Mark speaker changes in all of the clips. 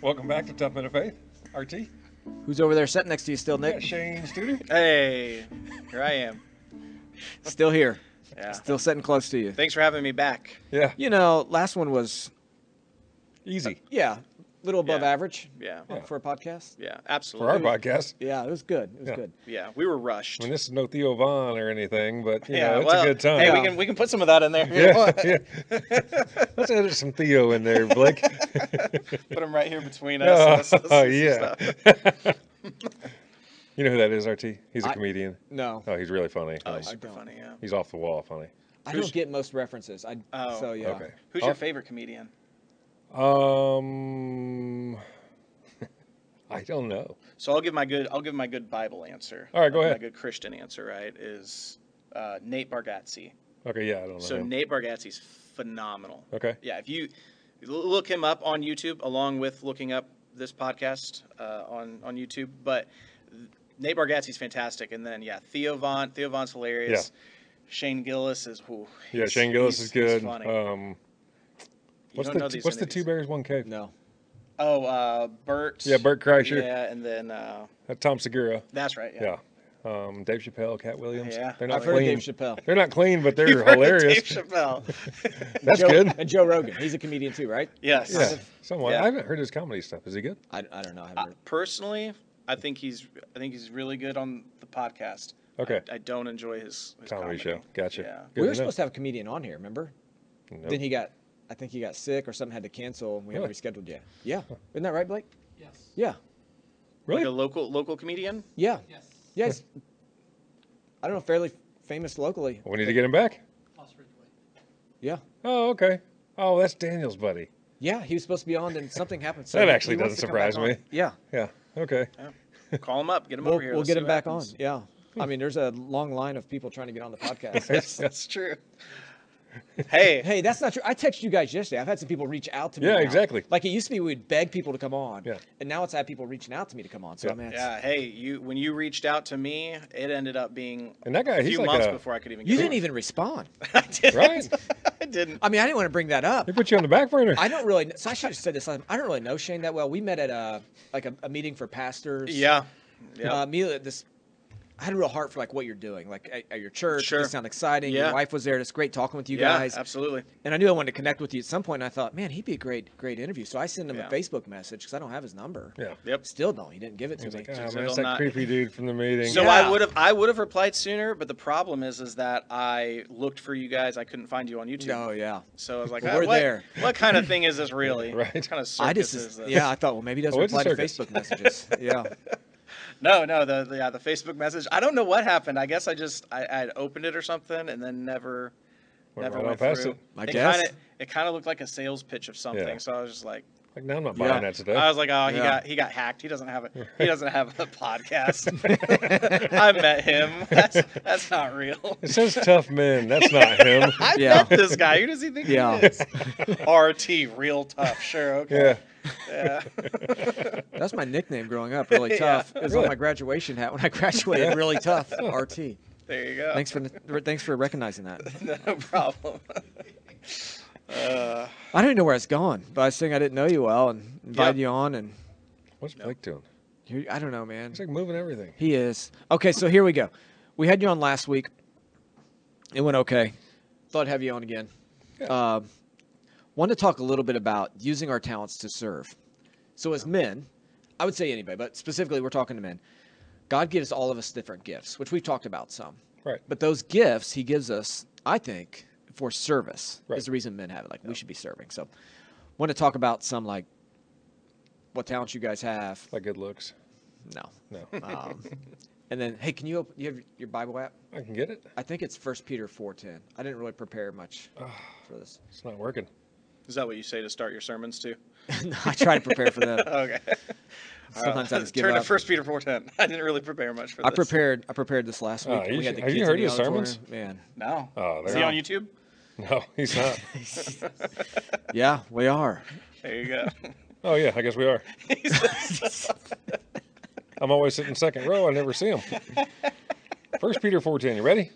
Speaker 1: Welcome back to Tough Men of Faith, RT.
Speaker 2: Who's over there sitting next to you still,
Speaker 1: Yeah,
Speaker 2: Nick?
Speaker 1: Shane Studer.
Speaker 3: Hey, here I am.
Speaker 2: Still here.
Speaker 3: Yeah.
Speaker 2: Still sitting close to you.
Speaker 3: Thanks for having me back.
Speaker 1: Yeah,
Speaker 2: You know, last one was,
Speaker 1: easy
Speaker 2: yeah, little above
Speaker 3: Yeah.
Speaker 2: average
Speaker 3: Yeah.
Speaker 1: Yeah.
Speaker 2: for a podcast.
Speaker 1: for
Speaker 3: Yeah,
Speaker 1: our
Speaker 3: absolutely.
Speaker 1: podcast.
Speaker 2: Yeah, it was good. It was
Speaker 1: Yeah.
Speaker 2: good.
Speaker 3: Yeah, we were rushed.
Speaker 1: I mean, this is no Theo Vaughn or anything, but you
Speaker 3: yeah,
Speaker 1: know, it's
Speaker 3: well,
Speaker 1: a good time.
Speaker 3: Hey, we
Speaker 2: Yeah.
Speaker 3: can we can put some of that in there. if you
Speaker 1: yeah,
Speaker 3: want.
Speaker 1: yeah. Let's edit some Theo in there, Blake.
Speaker 3: Put them right here between us. and
Speaker 1: oh,
Speaker 3: this-
Speaker 1: yeah.
Speaker 3: this- this
Speaker 1: Oh,
Speaker 3: stuff.
Speaker 1: you know who that is, RT? He's a
Speaker 2: I-
Speaker 1: comedian.
Speaker 2: No,
Speaker 1: Oh, he's really funny.
Speaker 3: Oh,
Speaker 1: Um,
Speaker 3: he's super
Speaker 2: don't.
Speaker 3: funny. Yeah.
Speaker 1: he's off the wall funny.
Speaker 2: I don't get most references. I
Speaker 3: Oh,
Speaker 2: so yeah.
Speaker 1: Okay. Uh,
Speaker 3: Who's your favorite comedian?
Speaker 1: Um, I don't know.
Speaker 3: So I'll give my good I'll give my good Bible answer.
Speaker 1: All right, go
Speaker 3: Like
Speaker 1: ahead.
Speaker 3: My good Christian answer, right, is uh, Nate Bargatze.
Speaker 1: Okay, yeah, I don't know.
Speaker 3: So
Speaker 1: him.
Speaker 3: Nate Bargatze's phenomenal.
Speaker 1: okay.
Speaker 3: Yeah, if you l- look him up on YouTube, along with looking up this podcast uh, on on YouTube, but th- Nate Bargatze's fantastic, and then yeah, Theo Vaughn. Theo Vaughn's hilarious. Shane Gillis is who.
Speaker 1: Yeah, Shane Gillis is good.
Speaker 3: funny.
Speaker 1: Um,
Speaker 3: You
Speaker 1: what's
Speaker 3: don't know
Speaker 1: the
Speaker 3: these
Speaker 1: what's the
Speaker 3: interviews.
Speaker 1: two bears one cave?
Speaker 2: No.
Speaker 3: Oh, uh, Bert.
Speaker 1: Yeah, Bert Kreischer,
Speaker 3: Yeah, and then uh,
Speaker 1: uh, Tom Segura.
Speaker 3: that's right. Yeah.
Speaker 1: Yeah. Um, Dave Chappelle, Cat Williams.
Speaker 3: Yeah.
Speaker 1: They're not
Speaker 2: I've heard of
Speaker 1: clean.
Speaker 2: Dave Chappelle.
Speaker 1: They're not clean, but they're
Speaker 3: You've heard of Dave
Speaker 1: hilarious.
Speaker 3: Chappelle.
Speaker 1: That's
Speaker 2: Joe,
Speaker 1: good.
Speaker 2: And Joe Rogan, he's a comedian too, right?
Speaker 3: yes.
Speaker 1: Yeah, somewhat.
Speaker 3: Yeah.
Speaker 1: I haven't heard his comedy stuff. Is he good?
Speaker 2: I, I don't know. I haven't
Speaker 3: Uh,
Speaker 2: heard.
Speaker 3: personally, I think he's I think he's really good on the podcast.
Speaker 1: Okay.
Speaker 3: I, I don't enjoy his, his
Speaker 1: Comedy show. Gotcha.
Speaker 3: Yeah.
Speaker 1: Good to
Speaker 2: we were
Speaker 1: know.
Speaker 2: supposed to have a comedian on here, remember?
Speaker 1: Nope.
Speaker 2: Then he got, I think he got sick or something, had to cancel, and we
Speaker 1: Really?
Speaker 2: haven't rescheduled yet. Yeah, isn't that right, Blake?
Speaker 4: Yes.
Speaker 2: Yeah,
Speaker 3: Like a
Speaker 1: really?
Speaker 3: local local comedian.
Speaker 2: yeah,
Speaker 4: Yes.
Speaker 2: yeah. He's, I don't know, fairly famous locally.
Speaker 1: We need to get him back.
Speaker 4: Moss Ridgeway.
Speaker 2: Yeah,
Speaker 1: Oh, okay. Oh, that's Daniel's buddy.
Speaker 2: yeah. He was supposed to be on, then something happened. So
Speaker 1: That
Speaker 2: he-
Speaker 1: actually
Speaker 2: he wants
Speaker 1: doesn't
Speaker 2: to come back
Speaker 1: surprise
Speaker 2: on. Yeah,
Speaker 1: Yeah. Okay.
Speaker 3: Call him up. Get him
Speaker 2: we'll,
Speaker 3: over here.
Speaker 2: we'll
Speaker 3: let's
Speaker 2: get
Speaker 3: see
Speaker 2: him
Speaker 3: what
Speaker 2: back
Speaker 3: happens.
Speaker 2: on. Yeah, I mean, there's a long line of people trying to get on the podcast.
Speaker 3: That's, that's true. Hey,
Speaker 2: Hey, that's not true. I texted you guys yesterday. I've had some people reach out to me.
Speaker 1: Yeah,
Speaker 2: now.
Speaker 1: exactly.
Speaker 2: Like it used to be, we'd beg people to come on.
Speaker 1: Yeah.
Speaker 2: And now it's had people reaching out to me to come on. So
Speaker 1: Yeah.
Speaker 2: I mean, it's-
Speaker 3: yeah, hey, you when you reached out to me, it ended up being
Speaker 1: And that guy,
Speaker 3: a
Speaker 1: he's
Speaker 3: few
Speaker 1: like
Speaker 3: months
Speaker 1: a-
Speaker 3: before I could even.
Speaker 2: you
Speaker 3: get
Speaker 2: didn't
Speaker 3: on.
Speaker 2: even respond.
Speaker 3: I didn't.
Speaker 1: Right.
Speaker 3: I didn't.
Speaker 2: I mean, I didn't want to bring that up.
Speaker 1: He put you on the back burner.
Speaker 2: I don't really. So I should have said this. last- I don't really know Shane that well. We met at a like a, a meeting for pastors.
Speaker 3: Yeah. Yeah.
Speaker 2: Uh, immediately at this, I had a real heart for like what you're doing, like at, at your church.
Speaker 3: Sure.
Speaker 2: It sounded exciting.
Speaker 3: Yeah.
Speaker 2: Your wife was there. It's great talking with you
Speaker 3: yeah.
Speaker 2: guys.
Speaker 3: Absolutely.
Speaker 2: And I knew I wanted to connect with you at some point. And I thought, man, he'd be a great, great interview. So I sent him
Speaker 3: Yeah.
Speaker 2: a Facebook message because I don't have his number.
Speaker 1: Yeah.
Speaker 3: Yep.
Speaker 2: Still don't. He didn't give it to
Speaker 1: He's
Speaker 2: me.
Speaker 1: like, ah,
Speaker 3: So
Speaker 1: man, that's
Speaker 3: they'll
Speaker 1: that
Speaker 3: not-
Speaker 1: creepy dude from the meeting.
Speaker 3: So
Speaker 2: Yeah.
Speaker 3: I would have I would have replied sooner, but the problem is is that I looked for you guys. I couldn't find you on YouTube.
Speaker 2: oh yeah.
Speaker 3: So I was like,
Speaker 2: Well,
Speaker 3: "Ah,
Speaker 2: we're
Speaker 3: what,
Speaker 2: there."
Speaker 3: What kind of thing is this really?
Speaker 1: Right.
Speaker 3: What kind of circus
Speaker 2: I just,
Speaker 3: is this?
Speaker 2: yeah, I thought, well, maybe he doesn't
Speaker 1: Oh, it's a
Speaker 2: reply to
Speaker 1: circus.
Speaker 2: Facebook messages. yeah.
Speaker 3: No, no. The, the yeah, the Facebook message. I don't know what happened. I guess I just I, I had opened it or something, and then never,
Speaker 1: Went
Speaker 3: never
Speaker 1: right on
Speaker 3: went
Speaker 1: past
Speaker 3: through.
Speaker 1: it.
Speaker 2: I
Speaker 3: it
Speaker 2: guess.
Speaker 3: Kinda, it kind of looked like a sales pitch of something.
Speaker 1: Yeah.
Speaker 3: So I was just like,
Speaker 1: Like, no, I'm not
Speaker 2: Yeah.
Speaker 1: buying that today.
Speaker 3: I was like, oh, he
Speaker 2: Yeah.
Speaker 3: got he got hacked. He doesn't have a he doesn't have a podcast. I met him. That's that's not real.
Speaker 1: it says tough men. That's not him.
Speaker 3: I
Speaker 2: Yeah.
Speaker 3: met this guy. Who does he think
Speaker 2: Yeah.
Speaker 3: he is? RT, real tough. Sure,
Speaker 1: yeah.
Speaker 3: okay. Yeah.
Speaker 2: That's my nickname growing up. Really
Speaker 3: Yeah.
Speaker 2: tough. It was
Speaker 1: Really?
Speaker 2: on my graduation hat when I graduated. Really tough. RT.
Speaker 3: there you go.
Speaker 2: Thanks for the- thanks for recognizing that.
Speaker 3: no problem. uh,
Speaker 2: I didn't know where I was going, but I was saying I didn't know you well and invited
Speaker 3: Yep.
Speaker 2: you on, and
Speaker 1: What's Blake doing?
Speaker 2: you I don't know, man.
Speaker 1: He's like moving everything.
Speaker 2: He is okay. So here we go. We had you on last week. It went okay. Thought I'd have you on again. Um, wanted to talk a little bit about using our talents to serve. So as men, I would say anybody, but specifically we're talking to men. God gives all of us different gifts, which we've talked about some.
Speaker 1: Right.
Speaker 2: But those gifts he gives us, I think, for service
Speaker 1: Right.
Speaker 2: is the reason men have it. Like we should be serving. So want to talk about some like what talents you guys have.
Speaker 1: Like good looks.
Speaker 2: No.
Speaker 1: No.
Speaker 2: Um, and then hey, can you open you have your Bible app?
Speaker 1: I can get it.
Speaker 2: I think it's First Peter four ten. I didn't really prepare much for this.
Speaker 1: It's not working.
Speaker 3: is that what you say to start your sermons too?
Speaker 2: No, I try to prepare for that.
Speaker 3: Okay. Uh,
Speaker 2: Sometimes I just give
Speaker 3: Turn
Speaker 2: up.
Speaker 3: to First Peter four ten. I didn't really prepare much for
Speaker 2: I
Speaker 3: this.
Speaker 2: prepared. I prepared this last week.
Speaker 1: Oh,
Speaker 2: and
Speaker 1: you
Speaker 2: we had
Speaker 1: should-
Speaker 2: the
Speaker 1: have you
Speaker 2: kids in
Speaker 1: heard
Speaker 2: the
Speaker 1: his sermons?
Speaker 2: auditorium. Man,
Speaker 3: No.
Speaker 1: Oh,
Speaker 3: is
Speaker 1: there
Speaker 3: he
Speaker 1: you
Speaker 3: on YouTube?
Speaker 1: No, he's not.
Speaker 2: yeah, we are.
Speaker 3: There you go.
Speaker 1: Oh yeah, I guess we are.
Speaker 3: Jesus.
Speaker 1: I'm always sitting second row. I never see him. First Peter 4:10. You ready?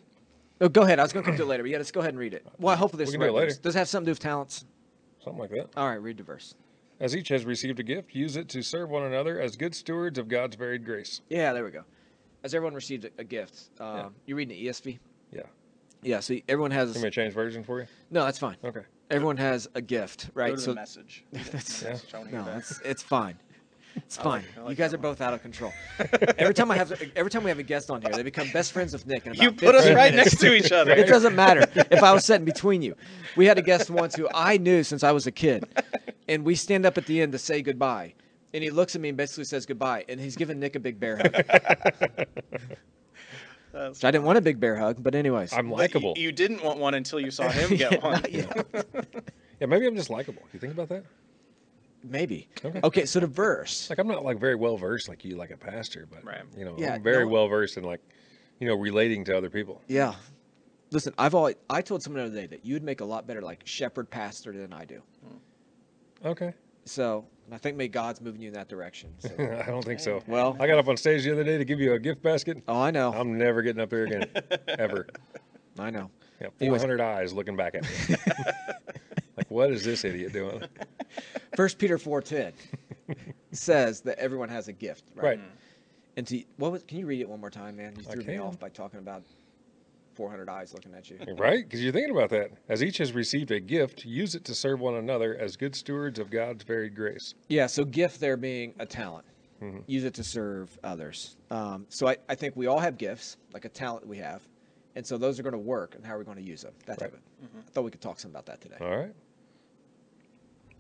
Speaker 2: No, Oh, go ahead. I was going to come to it later, but yeah, let's go ahead and read it. Well, hopefully
Speaker 1: We
Speaker 2: this
Speaker 1: can do it
Speaker 2: right
Speaker 1: later.
Speaker 2: verse. does it have something to do with talents.
Speaker 1: Something like that.
Speaker 2: All right, read the verse.
Speaker 1: As each has received a gift, use it to serve one another as good stewards of God's varied grace.
Speaker 2: Yeah, there we go. As everyone received a, a gift, uh,
Speaker 1: Yeah.
Speaker 2: you're reading the ESV.
Speaker 1: Yeah.
Speaker 2: Yeah, so everyone has.
Speaker 1: Can we change version for you?
Speaker 2: No, that's fine.
Speaker 1: Okay.
Speaker 2: Everyone has a gift,
Speaker 3: Go
Speaker 2: right?
Speaker 3: to
Speaker 2: so
Speaker 3: the message.
Speaker 2: that's,
Speaker 1: Yeah.
Speaker 3: Trying to
Speaker 2: no,
Speaker 3: get that.
Speaker 2: that's, it's fine. It's
Speaker 3: I
Speaker 2: fine.
Speaker 3: like- I like
Speaker 2: you guys
Speaker 3: that
Speaker 2: are both out of control. every time I have, every time we have a guest on here, they become best friends with Nick. In about
Speaker 3: You put us
Speaker 2: 15
Speaker 3: right
Speaker 2: minutes.
Speaker 3: next to each other.
Speaker 2: It doesn't matter if I was sitting between you. We had a guest once who I knew since I was a kid, and we stand up at the end to say goodbye, and he looks at me and basically says goodbye, and he's giving Nick a big bear hug.
Speaker 3: That's-
Speaker 2: Which I didn't want a big bear hug, but anyways,
Speaker 1: I'm
Speaker 3: but
Speaker 1: likable.
Speaker 3: You, you didn't want one until you saw him get one.
Speaker 1: yeah, maybe I'm just likable. You think about that?
Speaker 2: maybe.
Speaker 1: Okay.
Speaker 2: Okay. so the verse.
Speaker 1: Like I'm not like very well versed like you, like a pastor, but
Speaker 3: Right.
Speaker 1: you know,
Speaker 2: Yeah,
Speaker 1: I'm very
Speaker 2: no-
Speaker 1: well versed in like, you know, relating to other people.
Speaker 2: Yeah. Listen, I've always I told someone the other day that you'd make a lot better like shepherd pastor than I do.
Speaker 1: Okay.
Speaker 2: So and I think maybe God's moving you in that direction. So.
Speaker 1: I don't think so.
Speaker 2: Well-
Speaker 1: I got up on stage the other day to give you a gift basket.
Speaker 2: oh, I know.
Speaker 1: I'm never getting up here again, ever.
Speaker 2: I know.
Speaker 1: Yeah,
Speaker 2: Anyways.
Speaker 1: 400 eyes looking back at me. like, what is this idiot doing?
Speaker 2: First Peter four ten says that everyone has a gift, right?
Speaker 1: Right.
Speaker 2: And to what was? Can you read it one more time, man? You
Speaker 1: I
Speaker 2: threw me
Speaker 1: can.
Speaker 2: off by talking about four hundred eyes looking at you.
Speaker 1: Right? Because you're thinking about that. As each has received a gift, use it to serve one another as good stewards of God's varied grace.
Speaker 2: Yeah. So gift there being a talent.
Speaker 1: Mm-hmm.
Speaker 2: Use it to serve others. Um, so I, I think we all have gifts, like a talent we have, and so those are going to work. And how are we going to use them? That type
Speaker 1: Right.
Speaker 2: of. I thought we could talk some about that today.
Speaker 1: All right.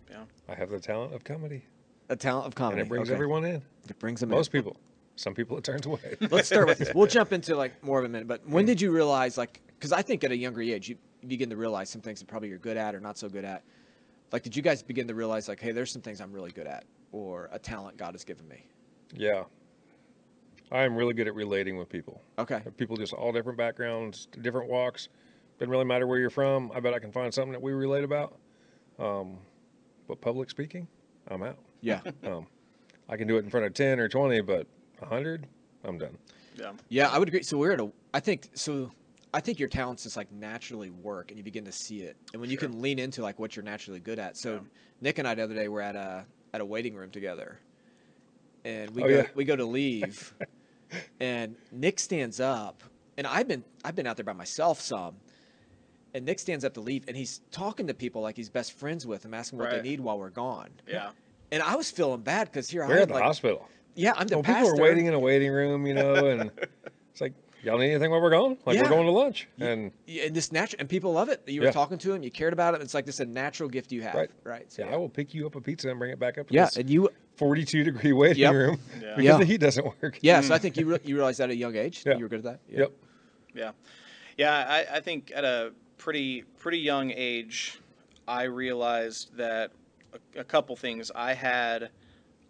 Speaker 3: Yeah.
Speaker 1: I have the talent of comedy,
Speaker 2: A talent of comedy.
Speaker 1: and it brings
Speaker 2: Oh, okay.
Speaker 1: everyone in.
Speaker 2: It brings them.
Speaker 1: Most
Speaker 2: in.
Speaker 1: people. Some people it turns away.
Speaker 2: Let's start with this. We'll jump into like more of a minute. But when did you realize like? Because I think at a younger age you begin to realize some things that probably you're good at or not so good at. Like, did you guys begin to realize like, hey, there's some things I'm really good at or a talent God has given me?
Speaker 1: yeah. I am really good at relating with people.
Speaker 2: Okay.
Speaker 1: People just all different backgrounds, different walks. Doesn't really matter where you're from. I bet I can find something that we relate about. Um, but public speaking, I'm out.
Speaker 2: Yeah.
Speaker 1: Um, I can do it in front of 10 or 20, but 100, I'm done.
Speaker 3: Yeah.
Speaker 2: Yeah, I would agree. So we're at a. I think so. I think your talents just like naturally work, and you begin to see it, and when you
Speaker 3: Sure.
Speaker 2: can lean into like what you're naturally good at. So
Speaker 3: Yeah.
Speaker 2: Nick and I the other day were at a at a waiting room together, and we
Speaker 1: Oh,
Speaker 2: go
Speaker 1: yeah.
Speaker 2: we go to leave, and Nick stands up, and I've been I've been out there by myself some. And Nick stands up to leave, and he's talking to people like he's best friends with them, asking what
Speaker 3: Right.
Speaker 2: they need while we're gone.
Speaker 3: Yeah.
Speaker 2: And I was feeling bad because here
Speaker 1: We're
Speaker 2: I
Speaker 1: at
Speaker 2: am,
Speaker 1: the
Speaker 2: like,
Speaker 1: hospital.
Speaker 2: yeah, I'm the
Speaker 1: Well,
Speaker 2: pastor.
Speaker 1: people are waiting in a waiting room, you know, and it's like, y'all need anything while we're gone? Like,
Speaker 2: Yeah.
Speaker 1: we're going to lunch. And
Speaker 2: Yeah, and this natural and people love it. You were
Speaker 1: Yeah.
Speaker 2: talking to them, you cared about it. It's like this is a natural gift you have, right?
Speaker 1: Right.
Speaker 2: So,
Speaker 1: yeah, I will pick you up a pizza and bring it back up to
Speaker 2: yeah,
Speaker 1: this
Speaker 2: and you,
Speaker 1: 42 degree waiting
Speaker 2: Yep.
Speaker 1: room
Speaker 3: Yeah.
Speaker 1: because
Speaker 2: Yeah.
Speaker 1: the heat doesn't work.
Speaker 2: yeah. So I think you re- you realized that at a young age. that
Speaker 1: Yeah.
Speaker 2: You were good at that. Yeah.
Speaker 1: Yep.
Speaker 3: Yeah, yeah. I, I think at a pretty pretty young age, I realized that a, a couple things. I had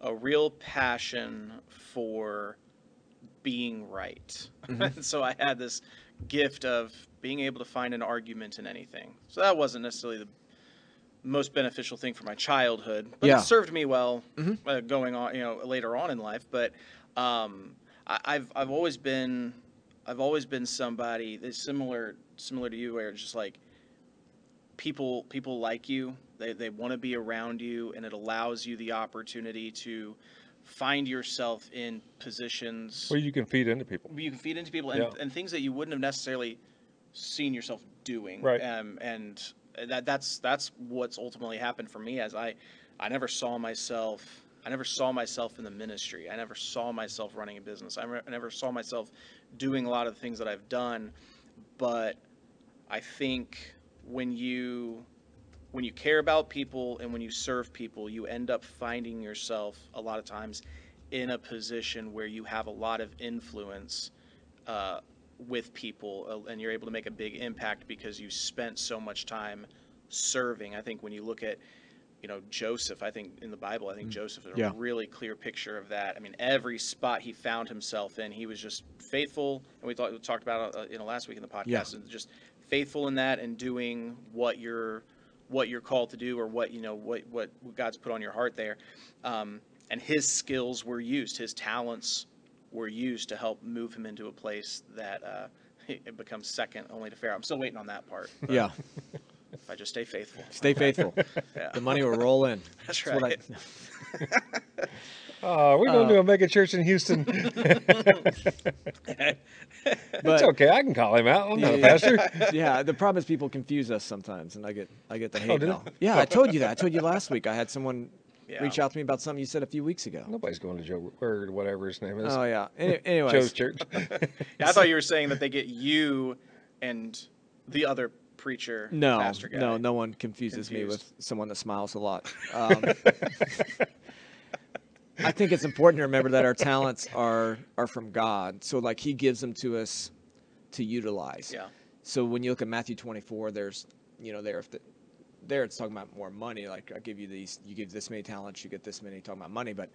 Speaker 3: a real passion for being right, so I had this gift of being able to find an argument in anything. So that wasn't necessarily the most beneficial thing for my childhood, but
Speaker 2: Yeah.
Speaker 3: it served me well uh, going on, you know, later on in life. But um, I, I've I've always been I've always been somebody that's similar similar to you, where it's just like people people like you, they they want to be around you, and it allows you the opportunity to find yourself in positions
Speaker 1: Well, you can feed into people.
Speaker 3: you can feed into people and,
Speaker 1: Yeah.
Speaker 3: and things that you wouldn't have necessarily seen yourself doing.
Speaker 1: Right.
Speaker 3: Um, and that that's that's what's ultimately happened for me as I I never saw myself I never saw myself in the ministry. I never saw myself running a business. I, re- I never saw myself doing a lot of the things that I've done. But I think when you when you care about people and when you serve people, you end up finding yourself a lot of times in a position where you have a lot of influence uh, with people uh, and you're able to make a big impact because you spent so much time serving. I think when you look at you know Joseph, I think in the Bible, I think Joseph is
Speaker 2: Mm. Yeah.
Speaker 3: a really clear picture of that. I mean, every spot he found himself in, he was just faithful, and we, thought, we talked about uh, you know last week in the podcast,
Speaker 2: Yeah.
Speaker 3: and just faithful in that and doing what you're what you're called to do or what you know what what God's put on your heart there. Um, and his skills were used, his talents were used to help move him into a place that uh, it becomes second only to Pharaoh. I'm still waiting on that part. but
Speaker 2: Yeah.
Speaker 3: If I just stay faithful.
Speaker 2: Stay faithful.
Speaker 3: Yeah.
Speaker 2: The money will roll in.
Speaker 3: That's
Speaker 2: what I-
Speaker 3: right.
Speaker 1: Oh, we're going
Speaker 2: Uh,
Speaker 1: to a mega church in Houston.
Speaker 2: but
Speaker 1: it's okay. I can call him out. I'm not a
Speaker 2: Yeah.
Speaker 1: pastor.
Speaker 2: yeah, the problem is people confuse us sometimes, and I get I get the hate
Speaker 1: Oh, do
Speaker 2: mail.
Speaker 1: they?
Speaker 2: Yeah, I told you that. I told you last week. I had someone
Speaker 3: Yeah.
Speaker 2: reach out to me about something you said a few weeks ago.
Speaker 1: Nobody's going to Joe or whatever his name is.
Speaker 2: Oh yeah. Any, anyways,
Speaker 1: Joe's church.
Speaker 3: Yeah, I thought you were saying that they get you and the other preacher.
Speaker 2: No,
Speaker 3: pastor guy.
Speaker 2: no, no one confuses me with
Speaker 3: Confused.
Speaker 2: someone that smiles a lot. Um, I think it's important to remember that our talents are are from God. So like He gives them to us to utilize.
Speaker 3: Yeah.
Speaker 2: So when you look at Matthew 24, there's you know there if the, there it's talking about more money. Like I give you these, you give this many talents, you get this many. Talking about money, but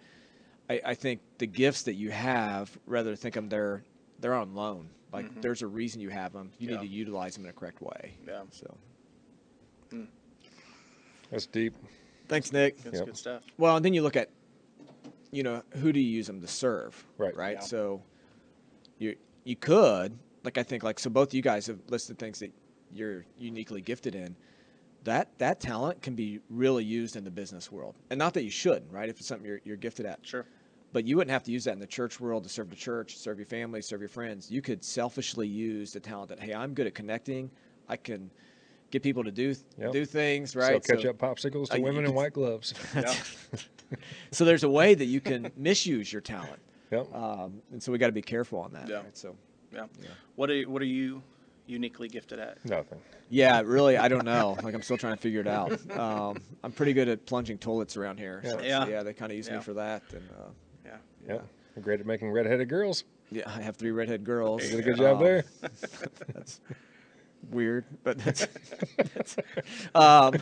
Speaker 2: I, I think the gifts that you have, rather think of them, they're they're on loan. Like there's a reason you have them. You
Speaker 3: Mm-hmm. Yeah.
Speaker 2: need to utilize them in a correct way.
Speaker 3: Yeah.
Speaker 2: So.
Speaker 1: That's deep.
Speaker 2: Thanks, Nick.
Speaker 3: That's
Speaker 1: Yep.
Speaker 3: good stuff.
Speaker 2: Well, and then you look at, you know, who do you use them to serve?
Speaker 1: Right.
Speaker 2: Right.
Speaker 3: Yeah.
Speaker 2: So, you you could like I think like so both you guys have listed things that you're uniquely gifted in. That that talent can be really used in the business world, and not that you shouldn't, right? If it's something you're you're gifted at,
Speaker 3: Sure.
Speaker 2: but you wouldn't have to use that in the church world to serve the church, serve your family, serve your friends. You could selfishly use the talent that hey, I'm good at connecting. I can get people to do
Speaker 1: Yep.
Speaker 2: do things, right?
Speaker 1: So
Speaker 2: So-
Speaker 1: catch up popsicles
Speaker 2: Uh,
Speaker 1: to
Speaker 2: you
Speaker 1: women in
Speaker 2: could-
Speaker 1: white gloves.
Speaker 3: Yeah.
Speaker 2: So there's a way that you can misuse your talent,
Speaker 1: yep.
Speaker 2: um, and so we got to be careful on that.
Speaker 3: Yeah.
Speaker 2: right? So
Speaker 3: yeah. What are what are you uniquely gifted at?
Speaker 1: Nothing.
Speaker 2: yeah, really, I don't know. Like I'm still trying to figure it out. Um, I'm pretty good at plunging toilets around here. So,
Speaker 1: Yeah.
Speaker 2: yeah.
Speaker 3: Yeah.
Speaker 2: they kind of use
Speaker 3: Yeah.
Speaker 2: me for that. And uh,
Speaker 3: Yeah.
Speaker 1: Yep. You're great at making redheaded girls.
Speaker 2: yeah, I have three redhead girls.
Speaker 1: You did a good job
Speaker 2: Um,
Speaker 1: there.
Speaker 2: That's weird, but that's, that's- um,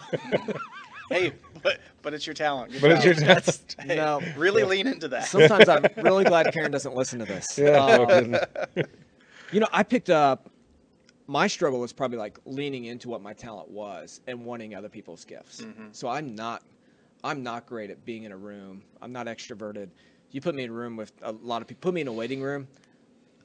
Speaker 3: Hey, but but it's your talent. Good
Speaker 1: But it's
Speaker 3: job.
Speaker 1: your test.
Speaker 3: Hey,
Speaker 2: no.
Speaker 3: Really lean into that.
Speaker 2: Sometimes I'm really glad Karen doesn't listen to this.
Speaker 1: Yeah. no
Speaker 2: Um,
Speaker 1: kidding.
Speaker 2: You know, I picked up my struggle was probably like leaning into what my talent was and wanting other people's gifts. So I'm not I'm not great at being in a room. I'm not extroverted. You put me in a room with a lot of people, put me in a waiting room.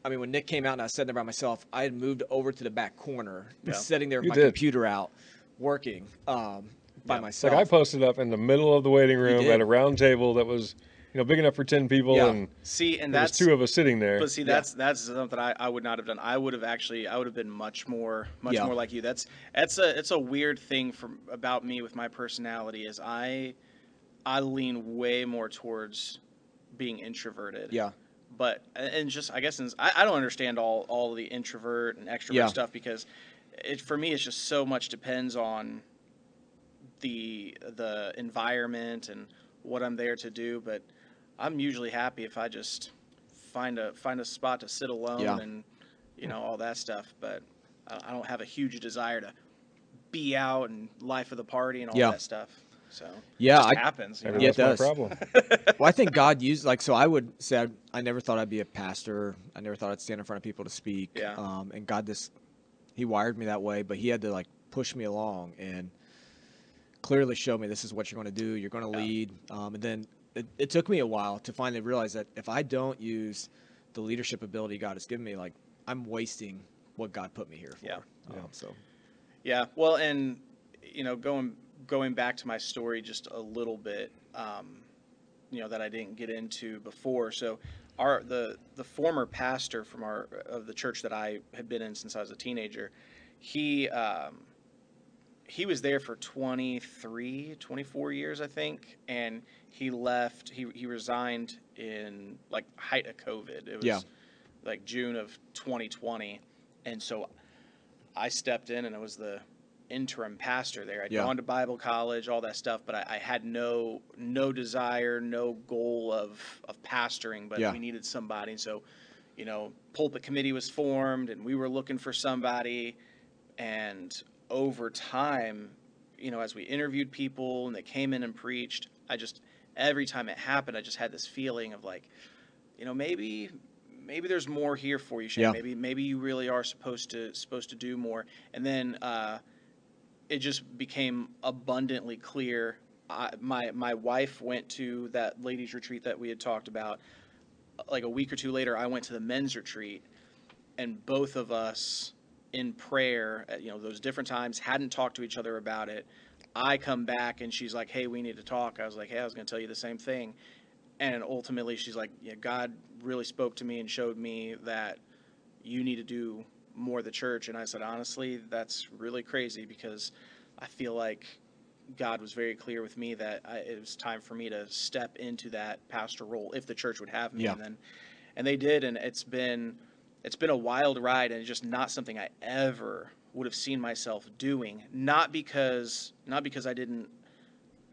Speaker 2: I mean, when Nick came out and I was sitting there by myself, I had moved over to the back corner,
Speaker 3: Yeah.
Speaker 2: sitting there with
Speaker 1: You
Speaker 2: my
Speaker 1: did.
Speaker 2: computer out, working um, by
Speaker 3: Yeah.
Speaker 1: Like
Speaker 2: myself.
Speaker 1: I posted up in the middle of the waiting room
Speaker 2: did.
Speaker 1: at a round table that was, you know, big enough for ten people,
Speaker 2: Yeah.
Speaker 1: and
Speaker 3: See, and
Speaker 1: there was
Speaker 3: that's
Speaker 1: two of us sitting there.
Speaker 3: But see, that's that's something I, I would not have done. I would have actually I would have been much more much
Speaker 2: Yeah.
Speaker 3: more like you. That's that's a it's a weird thing from about me with my personality is I I lean way more towards being introverted.
Speaker 2: yeah.
Speaker 3: But and just I guess since I, I don't understand all all the introvert and extrovert
Speaker 2: Yeah.
Speaker 3: stuff because it for me it's just so much depends on the the environment and what I'm there to do. But I'm usually happy if I just find a find a spot to sit alone
Speaker 2: Yeah.
Speaker 3: and you know all that stuff. But I I don't have a huge desire to be out and life of the party and all
Speaker 2: Yeah.
Speaker 3: that stuff. So
Speaker 2: Yeah,
Speaker 3: it just
Speaker 2: I-
Speaker 3: happens. you
Speaker 1: Maybe
Speaker 3: know?
Speaker 2: Yeah, it
Speaker 1: that's my
Speaker 2: does.
Speaker 1: problem.
Speaker 2: well, I think God used like so. I would say I'd- I, never thought I'd be a pastor. I never thought I'd stand in front of people to speak.
Speaker 3: Yeah.
Speaker 2: Um, and God just He wired me that way, but He had to like push me along and clearly show me this is what you're going to do. You're going to
Speaker 3: Yeah.
Speaker 2: lead. Um, and then it, it took me a while to finally realize that if I don't use the leadership ability God has given me, like I'm wasting what God put me here for.
Speaker 3: Yeah.
Speaker 1: Yeah.
Speaker 2: Um, so
Speaker 3: Yeah. Well, and you know, going going back to my story just a little bit, um, you know, that I didn't get into before. So, our the the former pastor from our of the church that I had been in since I was a teenager, he um, he was there for 23, 24 years, I think, and he left. He he resigned in like height of COVID. It was
Speaker 2: Yeah.
Speaker 3: like June of 2020, and so I stepped in and I was the interim pastor there. I'd
Speaker 2: Yeah.
Speaker 3: gone to Bible college, all that stuff, but I, I had no no desire, no goal of of pastoring. But
Speaker 2: Yeah.
Speaker 3: we needed somebody, and so you know, pulpit committee was formed, and we were looking for somebody. And over time, you know, as we interviewed people and they came in and preached, I just every time it happened, I just had this feeling of like, you know, maybe maybe there's more here for you, Shane.
Speaker 2: Yeah.
Speaker 3: Maybe maybe you really are supposed to supposed to do more. And then uh, it just became abundantly clear. I, my my wife went to that ladies retreat that we had talked about. uh, Like a week or two later, I went to the men's retreat, and both of us in prayer at you know those different times hadn't talked to each other about it i come back and she's like hey we need to talk i was like hey i was going to tell you the same thing and ultimately she's like you know, god really spoke to me and showed me that you need to do more of the church and i said honestly that's really crazy because i feel like god was very clear with me that I, it was time for me to step into that pastor role if the church would have me
Speaker 2: Yeah.
Speaker 3: and then and they did and it's been it's been a wild ride and it's just not something i ever would have seen myself doing not because not because i didn't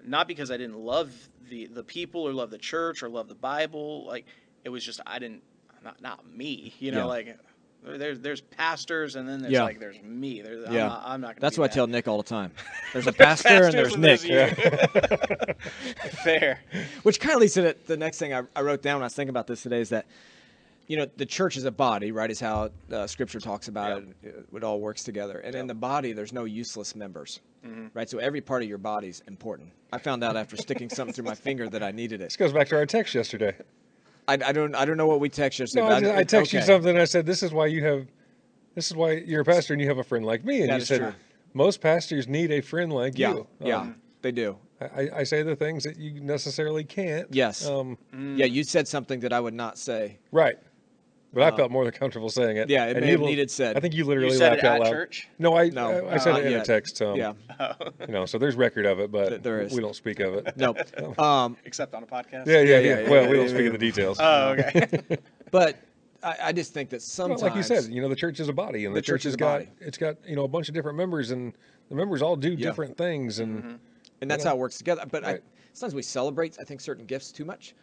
Speaker 3: not because I didn't love the the people or love the church or love the Bible. Like it was just I didn't not not me. You know,
Speaker 2: Yeah.
Speaker 3: like there- there's there's pastors and then there's
Speaker 2: Yeah.
Speaker 3: like there's me. There's, I'm
Speaker 2: Yeah.
Speaker 3: not, I'm not gonna
Speaker 2: That's
Speaker 3: be
Speaker 2: what I
Speaker 3: that.
Speaker 2: tell Nick all the time. There's a pastor and there's
Speaker 3: Pastors
Speaker 2: Nick,
Speaker 3: you. Fair.
Speaker 2: which kind of leads to the, the next thing I, I wrote down when I was thinking about this today is that, you know, the church is a body, right? Is how uh, Scripture talks about it. uh, it. It all works together, and in the body, there's no useless members, right? So every part of your body's important. I found out after sticking something through my finger that I needed it.
Speaker 1: This goes back to our text yesterday.
Speaker 2: I, I don't I don't know what we text yesterday.
Speaker 1: No,
Speaker 2: but
Speaker 1: I, just, I
Speaker 2: it's
Speaker 1: texted you
Speaker 2: okay.
Speaker 1: something. And I said, "This is why you have, this is why you're a pastor and you have a friend like me." And
Speaker 2: That
Speaker 1: you
Speaker 2: is
Speaker 1: said,
Speaker 2: true.
Speaker 1: "Most pastors need a friend like
Speaker 2: Yeah,
Speaker 1: you."
Speaker 2: yeah,
Speaker 1: Um,
Speaker 2: they do.
Speaker 1: I, I say the things that you necessarily can't.
Speaker 2: Yes.
Speaker 1: Um,
Speaker 2: Yeah, you said something that I would not say.
Speaker 1: right. But I felt more than comfortable saying it.
Speaker 2: Uh, yeah, it
Speaker 1: And
Speaker 2: may
Speaker 1: you
Speaker 2: have
Speaker 1: li-
Speaker 2: needed said.
Speaker 1: I think you literally
Speaker 3: said
Speaker 1: laughed
Speaker 3: it
Speaker 1: out
Speaker 3: at
Speaker 1: loud.
Speaker 3: church?
Speaker 1: No, I
Speaker 2: No,
Speaker 1: I, I
Speaker 2: uh,
Speaker 1: said
Speaker 2: not
Speaker 1: it in
Speaker 2: yet.
Speaker 1: a text. Um,
Speaker 2: Yeah,
Speaker 1: You know, so there's record of it, but
Speaker 2: Th- there is.
Speaker 1: we don't speak of it.
Speaker 2: no. Um,
Speaker 3: Except on a podcast.
Speaker 1: Yeah, yeah, yeah.
Speaker 2: yeah, yeah,
Speaker 1: well,
Speaker 2: yeah,
Speaker 1: we don't
Speaker 2: yeah,
Speaker 1: speak
Speaker 2: yeah.
Speaker 1: of the details.
Speaker 3: Oh, okay.
Speaker 2: but I, I just think that
Speaker 1: Well,
Speaker 2: sometimes,
Speaker 1: like you said, you know, the church is a body, and the,
Speaker 2: The church
Speaker 1: church, has
Speaker 2: is a
Speaker 1: got
Speaker 2: body.
Speaker 1: it's got you know a bunch of different members, and the members all do
Speaker 2: Yeah. Mm-hmm.
Speaker 1: different things, and
Speaker 2: and that's how it works together. But I,
Speaker 1: Right.
Speaker 2: sometimes we celebrate, I think, certain gifts too much.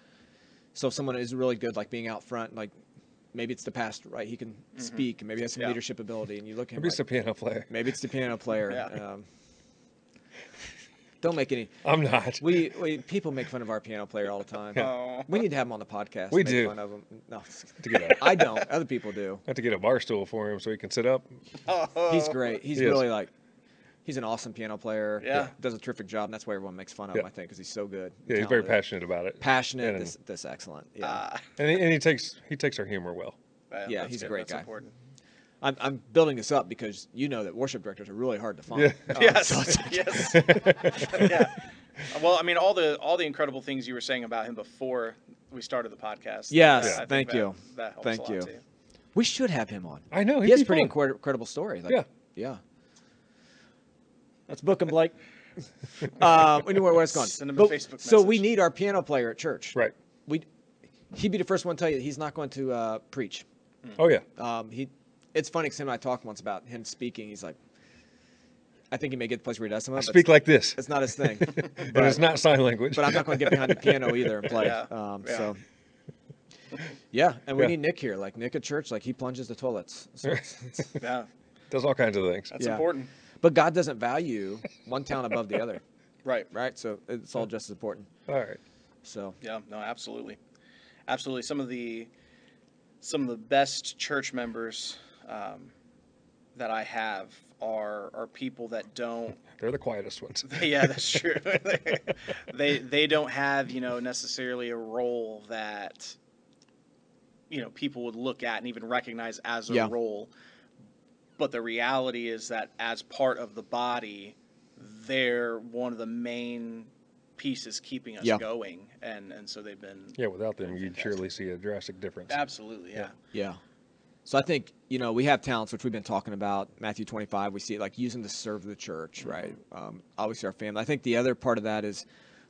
Speaker 2: So if someone is really good, like being out front, like maybe it's the pastor, right? He can
Speaker 1: Mm-hmm.
Speaker 2: speak, and maybe he has some
Speaker 3: Yeah.
Speaker 2: leadership ability, and you look at him.
Speaker 1: maybe
Speaker 2: Maybe,
Speaker 1: it's a
Speaker 2: like,
Speaker 1: piano player.
Speaker 2: maybe it's the piano player.
Speaker 3: Yeah.
Speaker 2: um, don't make any.
Speaker 1: I'm not.
Speaker 2: We, we people make fun of our piano player all the time.
Speaker 3: Aw.
Speaker 2: We need to have him on the podcast.
Speaker 1: We
Speaker 2: make
Speaker 1: do.
Speaker 2: fun of him. No,
Speaker 1: to get a, I
Speaker 2: I don't. Other people do.
Speaker 1: have to get a bar stool for him so he can sit up.
Speaker 2: He's great. He's
Speaker 1: Uh, He is.
Speaker 2: really like, he's an awesome piano player.
Speaker 3: Yeah.
Speaker 2: does a terrific job, and that's why everyone makes fun of him.
Speaker 1: Yeah.
Speaker 2: I think because he's so good.
Speaker 1: Yeah, he's very
Speaker 2: talented,
Speaker 1: passionate about it.
Speaker 2: Passionate.
Speaker 1: And,
Speaker 2: This, this excellent. Yeah,
Speaker 3: Ah,
Speaker 1: and, he, and he takes he takes our humor well.
Speaker 3: well,
Speaker 2: Yeah,
Speaker 3: that's
Speaker 2: he's a
Speaker 3: good.
Speaker 2: great
Speaker 3: That's
Speaker 2: guy.
Speaker 3: important.
Speaker 2: I'm, I'm building this up because you know that worship directors are really hard to find.
Speaker 1: Yeah.
Speaker 2: Uh, so
Speaker 3: yes.
Speaker 2: it's like-
Speaker 3: yes. yeah. Well, I mean, all the all the incredible things you were saying about him before we started the podcast. uh,
Speaker 1: Yeah.
Speaker 2: Yes,
Speaker 3: think
Speaker 2: thank
Speaker 3: that-
Speaker 2: you.
Speaker 3: That helps
Speaker 2: Thank
Speaker 3: a lot
Speaker 2: you.
Speaker 3: Too.
Speaker 2: we should have him on.
Speaker 1: I know,
Speaker 2: he
Speaker 1: he'd
Speaker 2: has
Speaker 1: be
Speaker 2: a pretty
Speaker 1: fun.
Speaker 2: incredi- incredible story. Like,
Speaker 1: Yeah.
Speaker 2: yeah. Let's book him, Blake. uh, we knew where it's going.
Speaker 3: Send him a Facebook
Speaker 2: so we
Speaker 3: message.
Speaker 2: need our piano player at church.
Speaker 1: Right.
Speaker 2: We, he'd be the first one to tell you that he's not going to uh, preach.
Speaker 1: Oh yeah.
Speaker 2: Um, he, it's funny because him and I talked once about him speaking. He's like, I think he may get the place where he does some of
Speaker 1: I
Speaker 2: it, but
Speaker 1: speak like this,
Speaker 2: it's not his thing.
Speaker 1: and
Speaker 2: but,
Speaker 1: it's not sign language.
Speaker 2: but I'm not going to get behind the piano either and play.
Speaker 3: Yeah,
Speaker 2: Um,
Speaker 3: yeah.
Speaker 2: So, yeah, and we
Speaker 1: Yeah.
Speaker 2: need Nick here. Like Nick at church, like he plunges the toilets. So it's- it's-
Speaker 3: Yeah,
Speaker 1: Does all kinds of things.
Speaker 3: that's
Speaker 2: Yeah.
Speaker 3: important.
Speaker 2: but God doesn't value one town above the other,
Speaker 3: Right.
Speaker 2: right? So it's all just as important.
Speaker 1: All right.
Speaker 2: So
Speaker 3: Yeah. No. Absolutely. Absolutely. Some of the some of the best church members um, that I have are are people that don't
Speaker 1: They're the quietest ones.
Speaker 3: yeah, that's true. they they don't have you know necessarily a role that you know people would look at and even recognize as a
Speaker 2: Yeah.
Speaker 3: role. But the reality is that as part of the body, they're one of the main pieces keeping us
Speaker 2: Yeah.
Speaker 3: going, and and so they've been
Speaker 1: Yeah, without them, you'd
Speaker 3: Fantastic.
Speaker 1: surely see a drastic difference.
Speaker 3: absolutely yeah.
Speaker 2: yeah. So I think you know we have talents which we've been talking about Matthew 25. We see it like using to serve the church,
Speaker 1: Mm-hmm.
Speaker 2: right? Um, obviously our family. I think the other part of that is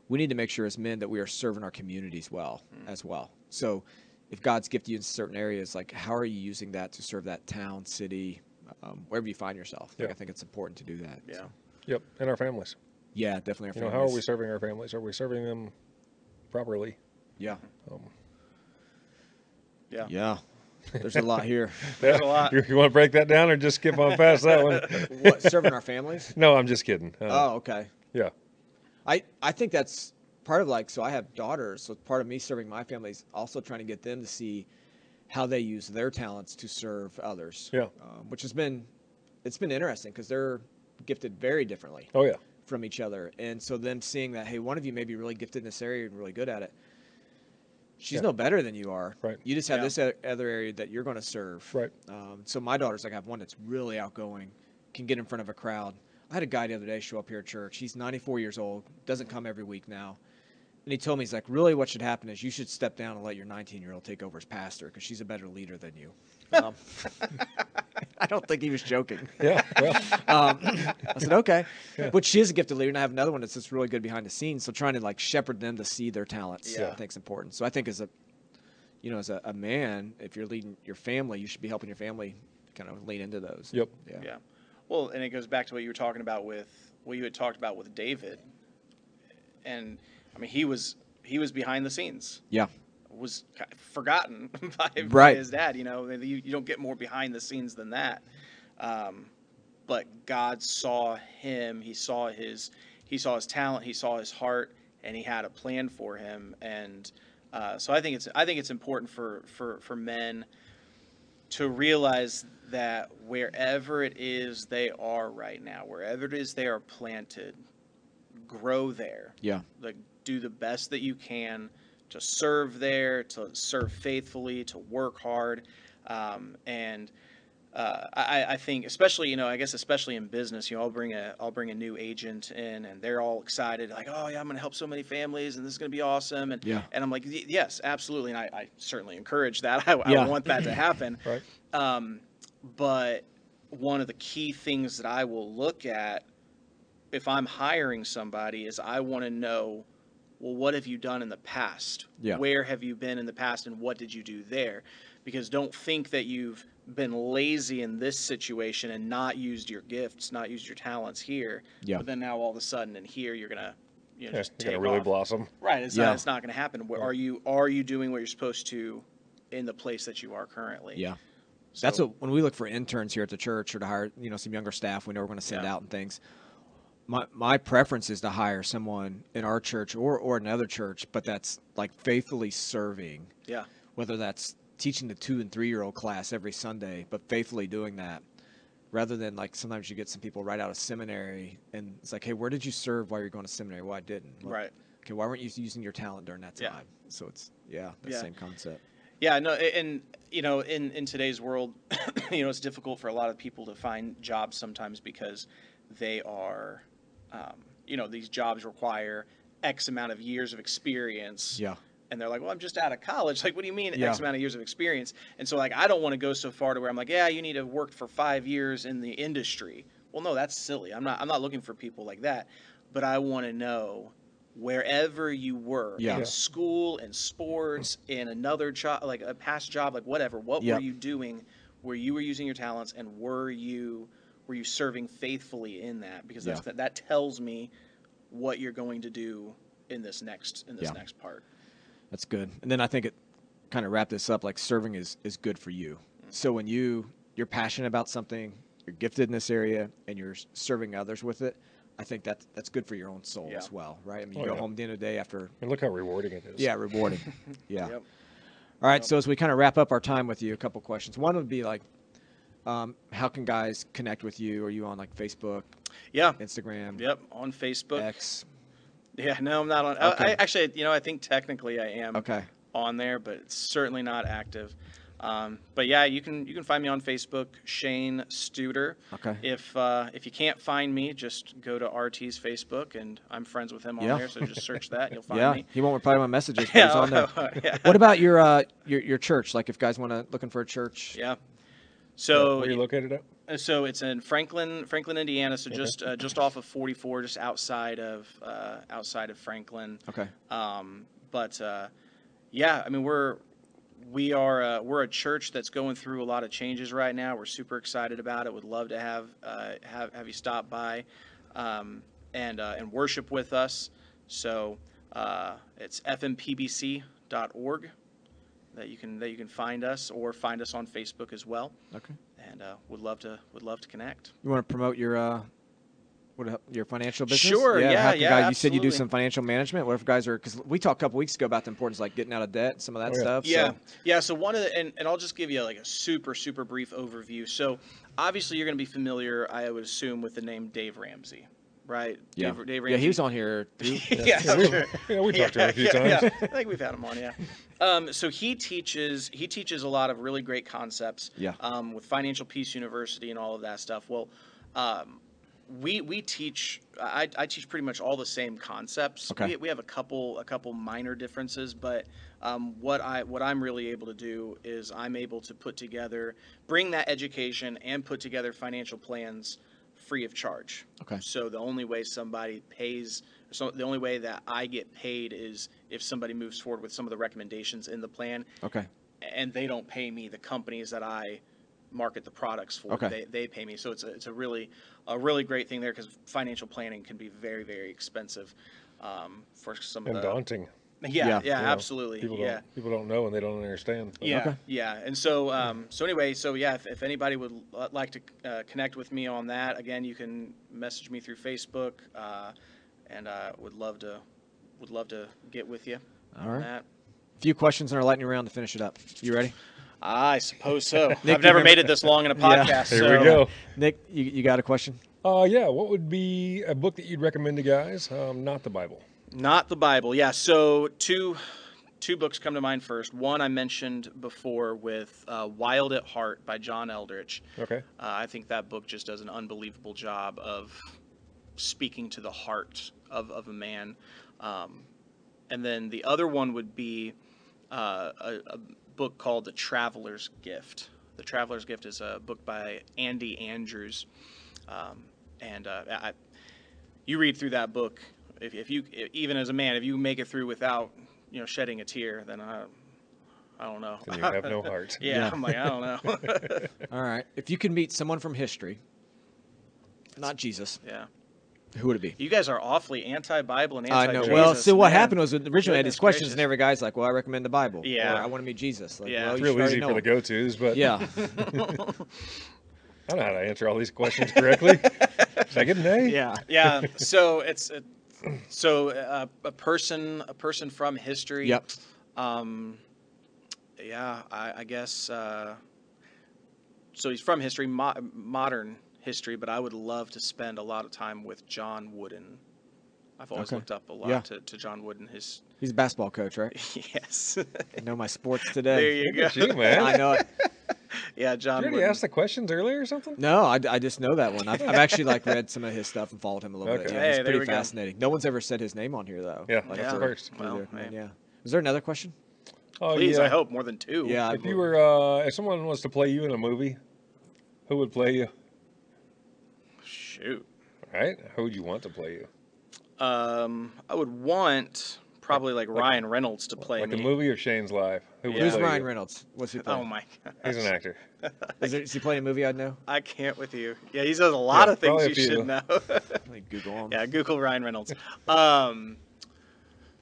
Speaker 2: we need to make sure as men that we are serving our communities well
Speaker 1: Mm.
Speaker 2: as well. So if God's gifted you in certain areas, like how are you using that to serve that town, city, um, wherever you find yourself? Like,
Speaker 1: Yeah.
Speaker 2: I think it's important to do that.
Speaker 3: Yeah.
Speaker 2: So,
Speaker 1: Yep, and our families.
Speaker 2: yeah, definitely. Our
Speaker 1: You know, how are we
Speaker 2: families.
Speaker 1: serving our families? Are we serving them properly?
Speaker 2: Yeah.
Speaker 1: Um,
Speaker 3: yeah.
Speaker 2: Yeah. There's a lot here.
Speaker 3: There's a lot.
Speaker 1: You, want to break that down or just skip on past that one?
Speaker 2: What serving our families?
Speaker 1: No, I'm just kidding. Uh,
Speaker 2: Oh, okay.
Speaker 1: yeah,
Speaker 2: I I think that's part of like so I have daughters, so part of me serving my family is also trying to get them to see how they use their talents to serve others.
Speaker 1: Yeah.
Speaker 2: Um, which has been it's been interesting because they're gifted very differently
Speaker 1: oh yeah,
Speaker 2: from each other, and so them seeing that hey, one of you may be really gifted in this area and really good at it. she's
Speaker 1: Yeah.
Speaker 2: no better than you are.
Speaker 1: Right.
Speaker 2: You just have
Speaker 3: Yeah.
Speaker 2: this o- other area that you're going to serve.
Speaker 1: Right.
Speaker 2: Um, so my daughter's like, I have one that's really outgoing, can get in front of a crowd. I had a guy the other day show up here at church. He's 94 years old, doesn't come every week now. And he told me, he's like, really, what should happen is you should step down and let your 19 year old take over as pastor because she's a better leader than you. Um, I don't think he was joking.
Speaker 1: Yeah. Well,
Speaker 2: Um, I said, okay. But she is a gifted leader, and I have another one that's just really good behind the scenes. So trying to like shepherd them to see their talents,
Speaker 3: Yeah.
Speaker 2: I think is important. So I think as a, you know, as a, a man, if you're leading your family, you should be helping your family kind of lean into those.
Speaker 1: Yep.
Speaker 2: Yeah.
Speaker 3: Yeah. Well, and it goes back to what you were talking about with what you had talked about with David. And I mean, he was he was behind the scenes,
Speaker 2: Yeah.
Speaker 3: was ki- forgotten by, by
Speaker 2: Right.
Speaker 3: his dad. You know, you, you don't get more behind the scenes than that. Um, but God saw him. He saw his he saw his talent. He saw his heart, and he had a plan for him. And uh, so I think it's I think it's important for for for men to realize that wherever it is they are right now, wherever it is they are planted, grow there.
Speaker 2: Yeah.
Speaker 3: Like do the best that you can to serve there, to serve faithfully, to work hard, um, and uh, I, I think especially you know I guess especially in business you know I'll bring a I'll bring a new agent in and they're all excited like oh yeah I'm gonna help so many families and this is gonna be awesome and
Speaker 2: Yeah.
Speaker 3: and I'm like "Y- yes absolutely and I, I certainly encourage that I, I
Speaker 2: Yeah.
Speaker 3: want that to happen
Speaker 1: right.
Speaker 3: um, but one of the key things that I will look at if I'm hiring somebody is I want to know, well, what have you done in the past?
Speaker 2: Yeah.
Speaker 3: Where have you been in the past and what did you do there? Because don't think that you've been lazy in this situation and not used your gifts, not used your talents here.
Speaker 2: Yeah.
Speaker 3: But then now all of a sudden in here you're gonna you know
Speaker 1: Yeah,
Speaker 3: just
Speaker 1: it's going
Speaker 3: take
Speaker 1: to really
Speaker 3: off.
Speaker 1: blossom.
Speaker 3: Right. It's
Speaker 2: Yeah.
Speaker 3: not. It's not going to happen. Where are you? Are you doing what you're supposed to, in the place that you are currently?
Speaker 2: Yeah. That's
Speaker 3: So-
Speaker 2: what when we look for interns here at the church or to hire, you know, some younger staff we know we're going to send
Speaker 3: Yeah.
Speaker 2: out and things. My my preference is to hire someone in our church or or another church, but that's like faithfully serving.
Speaker 3: Yeah.
Speaker 2: whether that's teaching the two and three year old class every Sunday, but faithfully doing that, rather than like sometimes you get some people right out of seminary and it's like, hey, where did you serve while you're going to seminary? Well, I didn't. Well,
Speaker 3: Right.
Speaker 2: Okay, why weren't you using your talent during that
Speaker 3: Yeah.
Speaker 2: time? So it's yeah, the
Speaker 3: Yeah.
Speaker 2: same concept.
Speaker 3: Yeah, no, a- and you know, in in today's world, you know, it's difficult for a lot of people to find jobs sometimes because they are, um, you know, these jobs require X amount of years of experience.
Speaker 2: Yeah.
Speaker 3: And they're like, well, I'm just out of college. Like, what do you mean
Speaker 2: Yeah.
Speaker 3: X amount of years of experience? And so, like, I don't want to go so far to where I'm like, yeah, you need to have worked for five years in the industry. Well, no, that's silly. I'm not. I'm not looking for people like that. But I want to know wherever you were
Speaker 2: Yeah.
Speaker 3: in
Speaker 2: Yeah.
Speaker 3: school and sports in another job, like a past job, like whatever. What
Speaker 2: Yep.
Speaker 3: were you doing where you were using your talents and were you were you serving faithfully in that? Because that's, that that tells me what you're going to do in this next in this
Speaker 2: Yeah.
Speaker 3: next part.
Speaker 2: That's good. And then I think it kind of wrap this up like serving is is good for you.
Speaker 3: Mm-hmm.
Speaker 2: So when you you're passionate about something, you're gifted in this area, and you're s- serving others with it, I think that that's good for your own soul
Speaker 3: Yeah.
Speaker 2: as well, right? I mean, you
Speaker 1: Oh,
Speaker 2: go
Speaker 1: yeah.
Speaker 2: home at the end of the day after,
Speaker 1: And look how rewarding it is.
Speaker 2: yeah, rewarding, yeah.
Speaker 3: Yep.
Speaker 2: All right. So as we kind of wrap up our time with you, a couple questions. One would be like, um, how can guys connect with you? Are you on like Facebook,
Speaker 3: Yeah.
Speaker 2: Instagram,
Speaker 3: Yep. On Facebook.
Speaker 2: X?
Speaker 3: Yeah. No, I'm not on. uh, I-
Speaker 2: Okay.
Speaker 3: I, actually, you know, I think technically I am.
Speaker 2: Okay.
Speaker 3: on there, but it's certainly not active. Um, but yeah, you can you can find me on Facebook, Shane Studer.
Speaker 2: Okay.
Speaker 3: If uh, if you can't find me, just go to RT's Facebook, and I'm friends with him on
Speaker 2: Yeah.
Speaker 3: there. So just search that, and you'll find
Speaker 2: yeah.
Speaker 3: me.
Speaker 2: He won't reply to my messages, but he's on there.
Speaker 3: yeah.
Speaker 2: what about your uh your, your church? Like if guys want to looking for a church,
Speaker 3: yeah.
Speaker 1: So,
Speaker 3: So
Speaker 1: Where you located at?
Speaker 3: Uh, So it's in Franklin, Franklin, Indiana. So
Speaker 1: Okay.
Speaker 3: just uh, just off of 44, just outside of uh, outside of Franklin.
Speaker 2: Okay.
Speaker 3: Um, but uh, yeah, I mean we're we are uh, we're a church that's going through a lot of changes right now. We're super excited about it. Would love to have uh, have have you stop by um, and uh, and worship with us. So uh, it's fmpbc.org that you can that you can find us or find us on Facebook as well
Speaker 2: okay,
Speaker 3: and uh, would love to would love to connect.
Speaker 2: you want to promote your uh what el- your financial business?
Speaker 3: Sure, yeah,
Speaker 2: how can
Speaker 3: yeah,
Speaker 2: guys, you said you do
Speaker 3: absolutely.
Speaker 2: some financial management. What if guys are because we talked a couple weeks ago about the importance of, like getting out of debt, and some of that
Speaker 1: Oh, yeah.
Speaker 2: stuff. so-
Speaker 3: Yeah, yeah. So one of the and, and I'll just give you like a super super brief overview. So obviously you're going to be familiar, I would assume, with the name Dave Ramsey, right?
Speaker 2: yeah,
Speaker 3: Dave, Dave
Speaker 2: yeah.
Speaker 3: Ramsey.
Speaker 2: He was on here.
Speaker 3: yeah, I'm Oh, sure.
Speaker 1: Yeah, we talked to him a few
Speaker 3: yeah,
Speaker 1: times.
Speaker 3: I think we've had him on, yeah. Um, so he teaches he teaches a lot of really great concepts.
Speaker 2: Yeah.
Speaker 3: Um, with Financial Peace University and all of that stuff. Well, um, we we teach I, I teach pretty much all the same concepts.
Speaker 2: Okay.
Speaker 3: We, we have a couple a couple minor differences, but um, what I what I'm really able to do is I'm able to put together bring that education and put together financial plans free of charge.
Speaker 2: Okay.
Speaker 3: So the only way somebody pays, so the only way that I get paid is if somebody moves forward with some of the recommendations in the plan,
Speaker 2: Okay.
Speaker 3: and they don't pay me. The companies that I market the products for,
Speaker 2: Okay.
Speaker 3: they, they pay me. So it's a, it's a really a really great thing there because financial planning can be very very expensive um, for some
Speaker 1: and
Speaker 3: of the
Speaker 1: daunting.
Speaker 3: yeah
Speaker 2: Yeah.
Speaker 3: yeah,
Speaker 1: you know.
Speaker 3: absolutely
Speaker 1: People
Speaker 3: yeah.
Speaker 1: don't people don't know and they don't understand. but-
Speaker 3: Yeah, yeah. And so, um, so anyway, so yeah, if, if anybody would l- like to uh, connect with me on that, again, you can message me through Facebook, uh, and uh, would love to, would love to get with you.
Speaker 2: All
Speaker 3: on
Speaker 2: right.
Speaker 3: That.
Speaker 2: few questions in our lightning round to finish it up. You ready?
Speaker 3: I suppose so.
Speaker 2: you
Speaker 3: I've never
Speaker 2: remember-
Speaker 3: made it this long in a
Speaker 2: Yeah.
Speaker 3: podcast.
Speaker 1: Here
Speaker 3: so-
Speaker 1: we go.
Speaker 2: Nick, you, you got a question?
Speaker 1: Uh, yeah. What would be a book that you'd recommend to guys? Um, not the Bible.
Speaker 3: Not the Bible. Yeah. So two two books come to mind first. One I mentioned before with uh, Wild at Heart by John Eldrich.
Speaker 1: Okay.
Speaker 3: Uh, I think that book just does an unbelievable job of speaking to the heart of, of a man. Um, and then the other one would be uh, a, a book called The Traveler's Gift. The Traveler's Gift is a book by Andy Andrews. Um, and uh, I, you read through that book, if, if you, even as a man, if you make it through without, you know, shedding a tear, then I, I don't know.
Speaker 1: Then you have no heart.
Speaker 3: yeah,
Speaker 2: Yeah.
Speaker 3: I'm like, I don't know.
Speaker 2: All right. If you could meet someone from history, not Jesus,
Speaker 3: yeah.
Speaker 2: who would it be?
Speaker 3: You guys are awfully anti-Bible and
Speaker 2: I
Speaker 3: anti.
Speaker 2: know.
Speaker 3: Jesus.
Speaker 2: Well, so what happened was originally I had
Speaker 3: Goodness
Speaker 2: these questions,
Speaker 3: gracious.
Speaker 2: and every guy's like, "Well, I recommend the Bible."
Speaker 3: Yeah.
Speaker 2: Or, I want to meet Jesus. Like,
Speaker 3: Yeah.
Speaker 2: well,
Speaker 1: It's
Speaker 2: you
Speaker 1: real
Speaker 2: should already
Speaker 1: easy
Speaker 2: know
Speaker 1: for the
Speaker 2: him.
Speaker 1: go tos, but
Speaker 2: Yeah.
Speaker 1: I don't know how to answer all these questions correctly. Should I get an A?
Speaker 2: yeah.
Speaker 3: yeah. So it's it, so uh, a person a person from history.
Speaker 2: Yep.
Speaker 3: Um, yeah, I, I guess. Uh, so he's from history, mo- modern history, but I would love to spend a lot of time with John Wooden. I've always
Speaker 2: Okay.
Speaker 3: looked up a lot
Speaker 2: Yeah.
Speaker 3: to, to John Wooden. His
Speaker 2: He's a basketball coach, right?
Speaker 3: yes,
Speaker 2: I know my sports
Speaker 3: there
Speaker 2: today.
Speaker 3: you
Speaker 1: Look
Speaker 3: go.
Speaker 1: at you, man.
Speaker 2: I know it.
Speaker 3: Yeah,
Speaker 1: Did
Speaker 3: John.
Speaker 1: you already
Speaker 3: Wooden.
Speaker 1: ask the questions earlier or something?
Speaker 2: No, I, I just know that one. I've, I've actually like read some of his stuff and followed him a little bit.
Speaker 1: Okay.
Speaker 2: Yeah, it's
Speaker 3: Hey, there
Speaker 2: pretty
Speaker 3: we go.
Speaker 2: fascinating. No one's ever said his name on here though.
Speaker 1: Yeah, that's
Speaker 3: Yeah.
Speaker 1: the first.
Speaker 2: what do you
Speaker 3: Well,
Speaker 2: recommend?
Speaker 3: hey.
Speaker 2: yeah. Is there another question?
Speaker 1: Oh,
Speaker 3: Please,
Speaker 2: uh,
Speaker 1: yeah.
Speaker 3: I hope more than two.
Speaker 2: Yeah. I
Speaker 1: If
Speaker 2: believe-
Speaker 1: you were, uh, if someone was to play you in a movie, who would play you?
Speaker 3: Shoot.
Speaker 1: Right? Who would you want to play you?
Speaker 3: Um, I would want probably like, Ryan Reynolds to play
Speaker 1: like
Speaker 3: me.
Speaker 1: the movie or Shane's Live? Who would
Speaker 3: Yeah.
Speaker 2: Who's
Speaker 1: play
Speaker 2: Ryan
Speaker 1: you?
Speaker 2: Reynolds? What's he
Speaker 3: Oh
Speaker 2: playing?
Speaker 3: my god,
Speaker 1: He's an actor.
Speaker 2: is, there, is he playing a movie I know?
Speaker 3: I can't with you. Yeah, he does a lot
Speaker 1: Yeah,
Speaker 3: of things
Speaker 1: probably
Speaker 3: you
Speaker 1: a few.
Speaker 3: should know.
Speaker 2: Let me Google him.
Speaker 3: yeah, Google Ryan Reynolds. Um,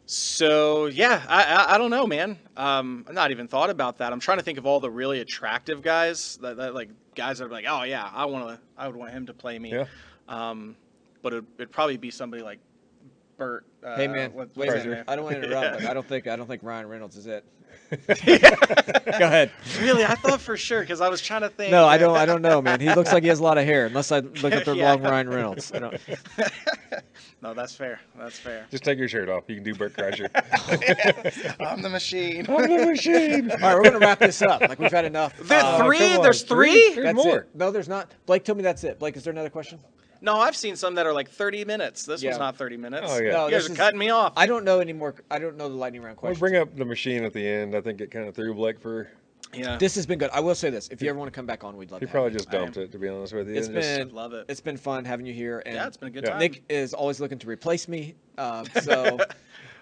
Speaker 3: so yeah, I, I I don't know, man. Um, I've not even thought about that. I'm trying to think of all the really attractive guys that, that like guys that are like, oh yeah, I want to, I would want him to play me.
Speaker 1: Yeah.
Speaker 3: Um, but it, it'd probably be somebody like Bert. Uh,
Speaker 2: Hey man,
Speaker 3: what-
Speaker 2: wait a
Speaker 1: Fraser.
Speaker 2: minute. I don't want to
Speaker 3: Yeah.
Speaker 2: interrupt, but I don't think I don't think Ryan Reynolds is it. Go ahead.
Speaker 3: really, I thought for sure because I was trying to think.
Speaker 2: No, I don't. I don't know, man. He looks like he has a lot of hair, unless I look up the
Speaker 3: Yeah.
Speaker 2: wrong Ryan Reynolds. I don't-
Speaker 3: No, that's fair. That's fair.
Speaker 1: Just take your shirt off. You can do Bert Kreischer.
Speaker 3: I'm the machine.
Speaker 1: I'm the machine.
Speaker 2: Oh, All right, we're gonna wrap this up. Like we've had enough.
Speaker 3: There's
Speaker 2: Uh,
Speaker 3: three.
Speaker 1: come on.
Speaker 3: There's three.
Speaker 1: There's
Speaker 2: That's
Speaker 1: more.
Speaker 2: it. No, there's not. Blake, tell me that's it. Blake, is there another question?
Speaker 3: No, I've seen some that are like 30 minutes. This
Speaker 2: Yeah.
Speaker 3: one's not 30 minutes.
Speaker 1: Oh, yeah.
Speaker 2: No,
Speaker 3: you guys
Speaker 2: this
Speaker 3: are
Speaker 2: is-
Speaker 3: cutting me off.
Speaker 2: I don't know any more. I don't know the lightning round
Speaker 1: We'll
Speaker 2: question.
Speaker 1: bring up the machine at the end. I think it kind of threw Blake for.
Speaker 3: yeah.
Speaker 2: This has been good. I will say this: if you ever want to come back on, we'd love.
Speaker 1: He
Speaker 2: to have
Speaker 1: probably
Speaker 2: you.
Speaker 1: just dumped it, to be honest with you.
Speaker 2: It's
Speaker 1: and just-
Speaker 2: been
Speaker 3: Love it.
Speaker 2: It's been fun having you here. And
Speaker 3: yeah, it's been a good
Speaker 1: Yeah.
Speaker 3: time.
Speaker 2: Nick is always looking to replace me. Um, so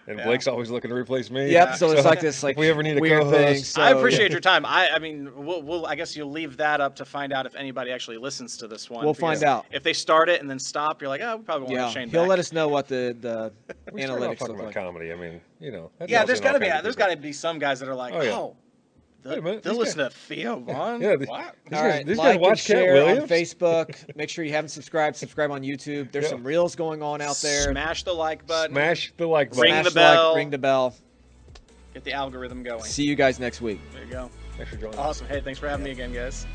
Speaker 1: and
Speaker 3: yeah.
Speaker 1: Blake's always looking to replace me.
Speaker 2: yep. So it's like this
Speaker 1: if
Speaker 2: like
Speaker 1: we ever need a
Speaker 2: weird
Speaker 1: co-host-
Speaker 2: thing.
Speaker 3: I
Speaker 2: so-
Speaker 3: appreciate your time. I, I mean, we'll, we'll, I guess you'll leave that up to find out if anybody actually listens to this one.
Speaker 2: We'll
Speaker 3: because
Speaker 2: find out.
Speaker 3: If they start it and then stop, you're like, oh, we probably won't
Speaker 2: Yeah,
Speaker 3: have Shane
Speaker 2: he'll
Speaker 3: back.
Speaker 2: let us know what the the
Speaker 1: We started off
Speaker 2: analytics
Speaker 1: talking
Speaker 2: look
Speaker 1: about
Speaker 2: like.
Speaker 1: comedy. I mean, you know. that
Speaker 3: Yeah,
Speaker 1: draws
Speaker 3: there's
Speaker 1: in all
Speaker 3: gotta be
Speaker 1: kinds of
Speaker 3: there's
Speaker 1: people.
Speaker 3: gotta be some guys that are like,
Speaker 1: Oh,
Speaker 3: oh,
Speaker 1: yeah.
Speaker 3: the-
Speaker 1: Wait a minute,
Speaker 3: they'll
Speaker 1: these
Speaker 3: listen to Theo Vaughn.
Speaker 1: Yeah, the-
Speaker 3: What?
Speaker 1: These
Speaker 2: All
Speaker 1: guys-
Speaker 2: right,
Speaker 1: these guys
Speaker 2: like and
Speaker 1: watch Cat
Speaker 2: share on
Speaker 1: Williams?
Speaker 2: Facebook. Make sure you haven't subscribed. Subscribe on YouTube. There's
Speaker 1: Yeah.
Speaker 2: some reels going on out there.
Speaker 3: Smash the like button.
Speaker 1: Smash the like button.
Speaker 3: Ring
Speaker 2: Smash
Speaker 3: the
Speaker 2: like,
Speaker 3: bell.
Speaker 2: ring the bell.
Speaker 3: Get the algorithm going.
Speaker 2: See you guys next week.
Speaker 3: There you go.
Speaker 1: Thanks for joining us.
Speaker 3: Awesome. Hey, thanks for having me again, guys.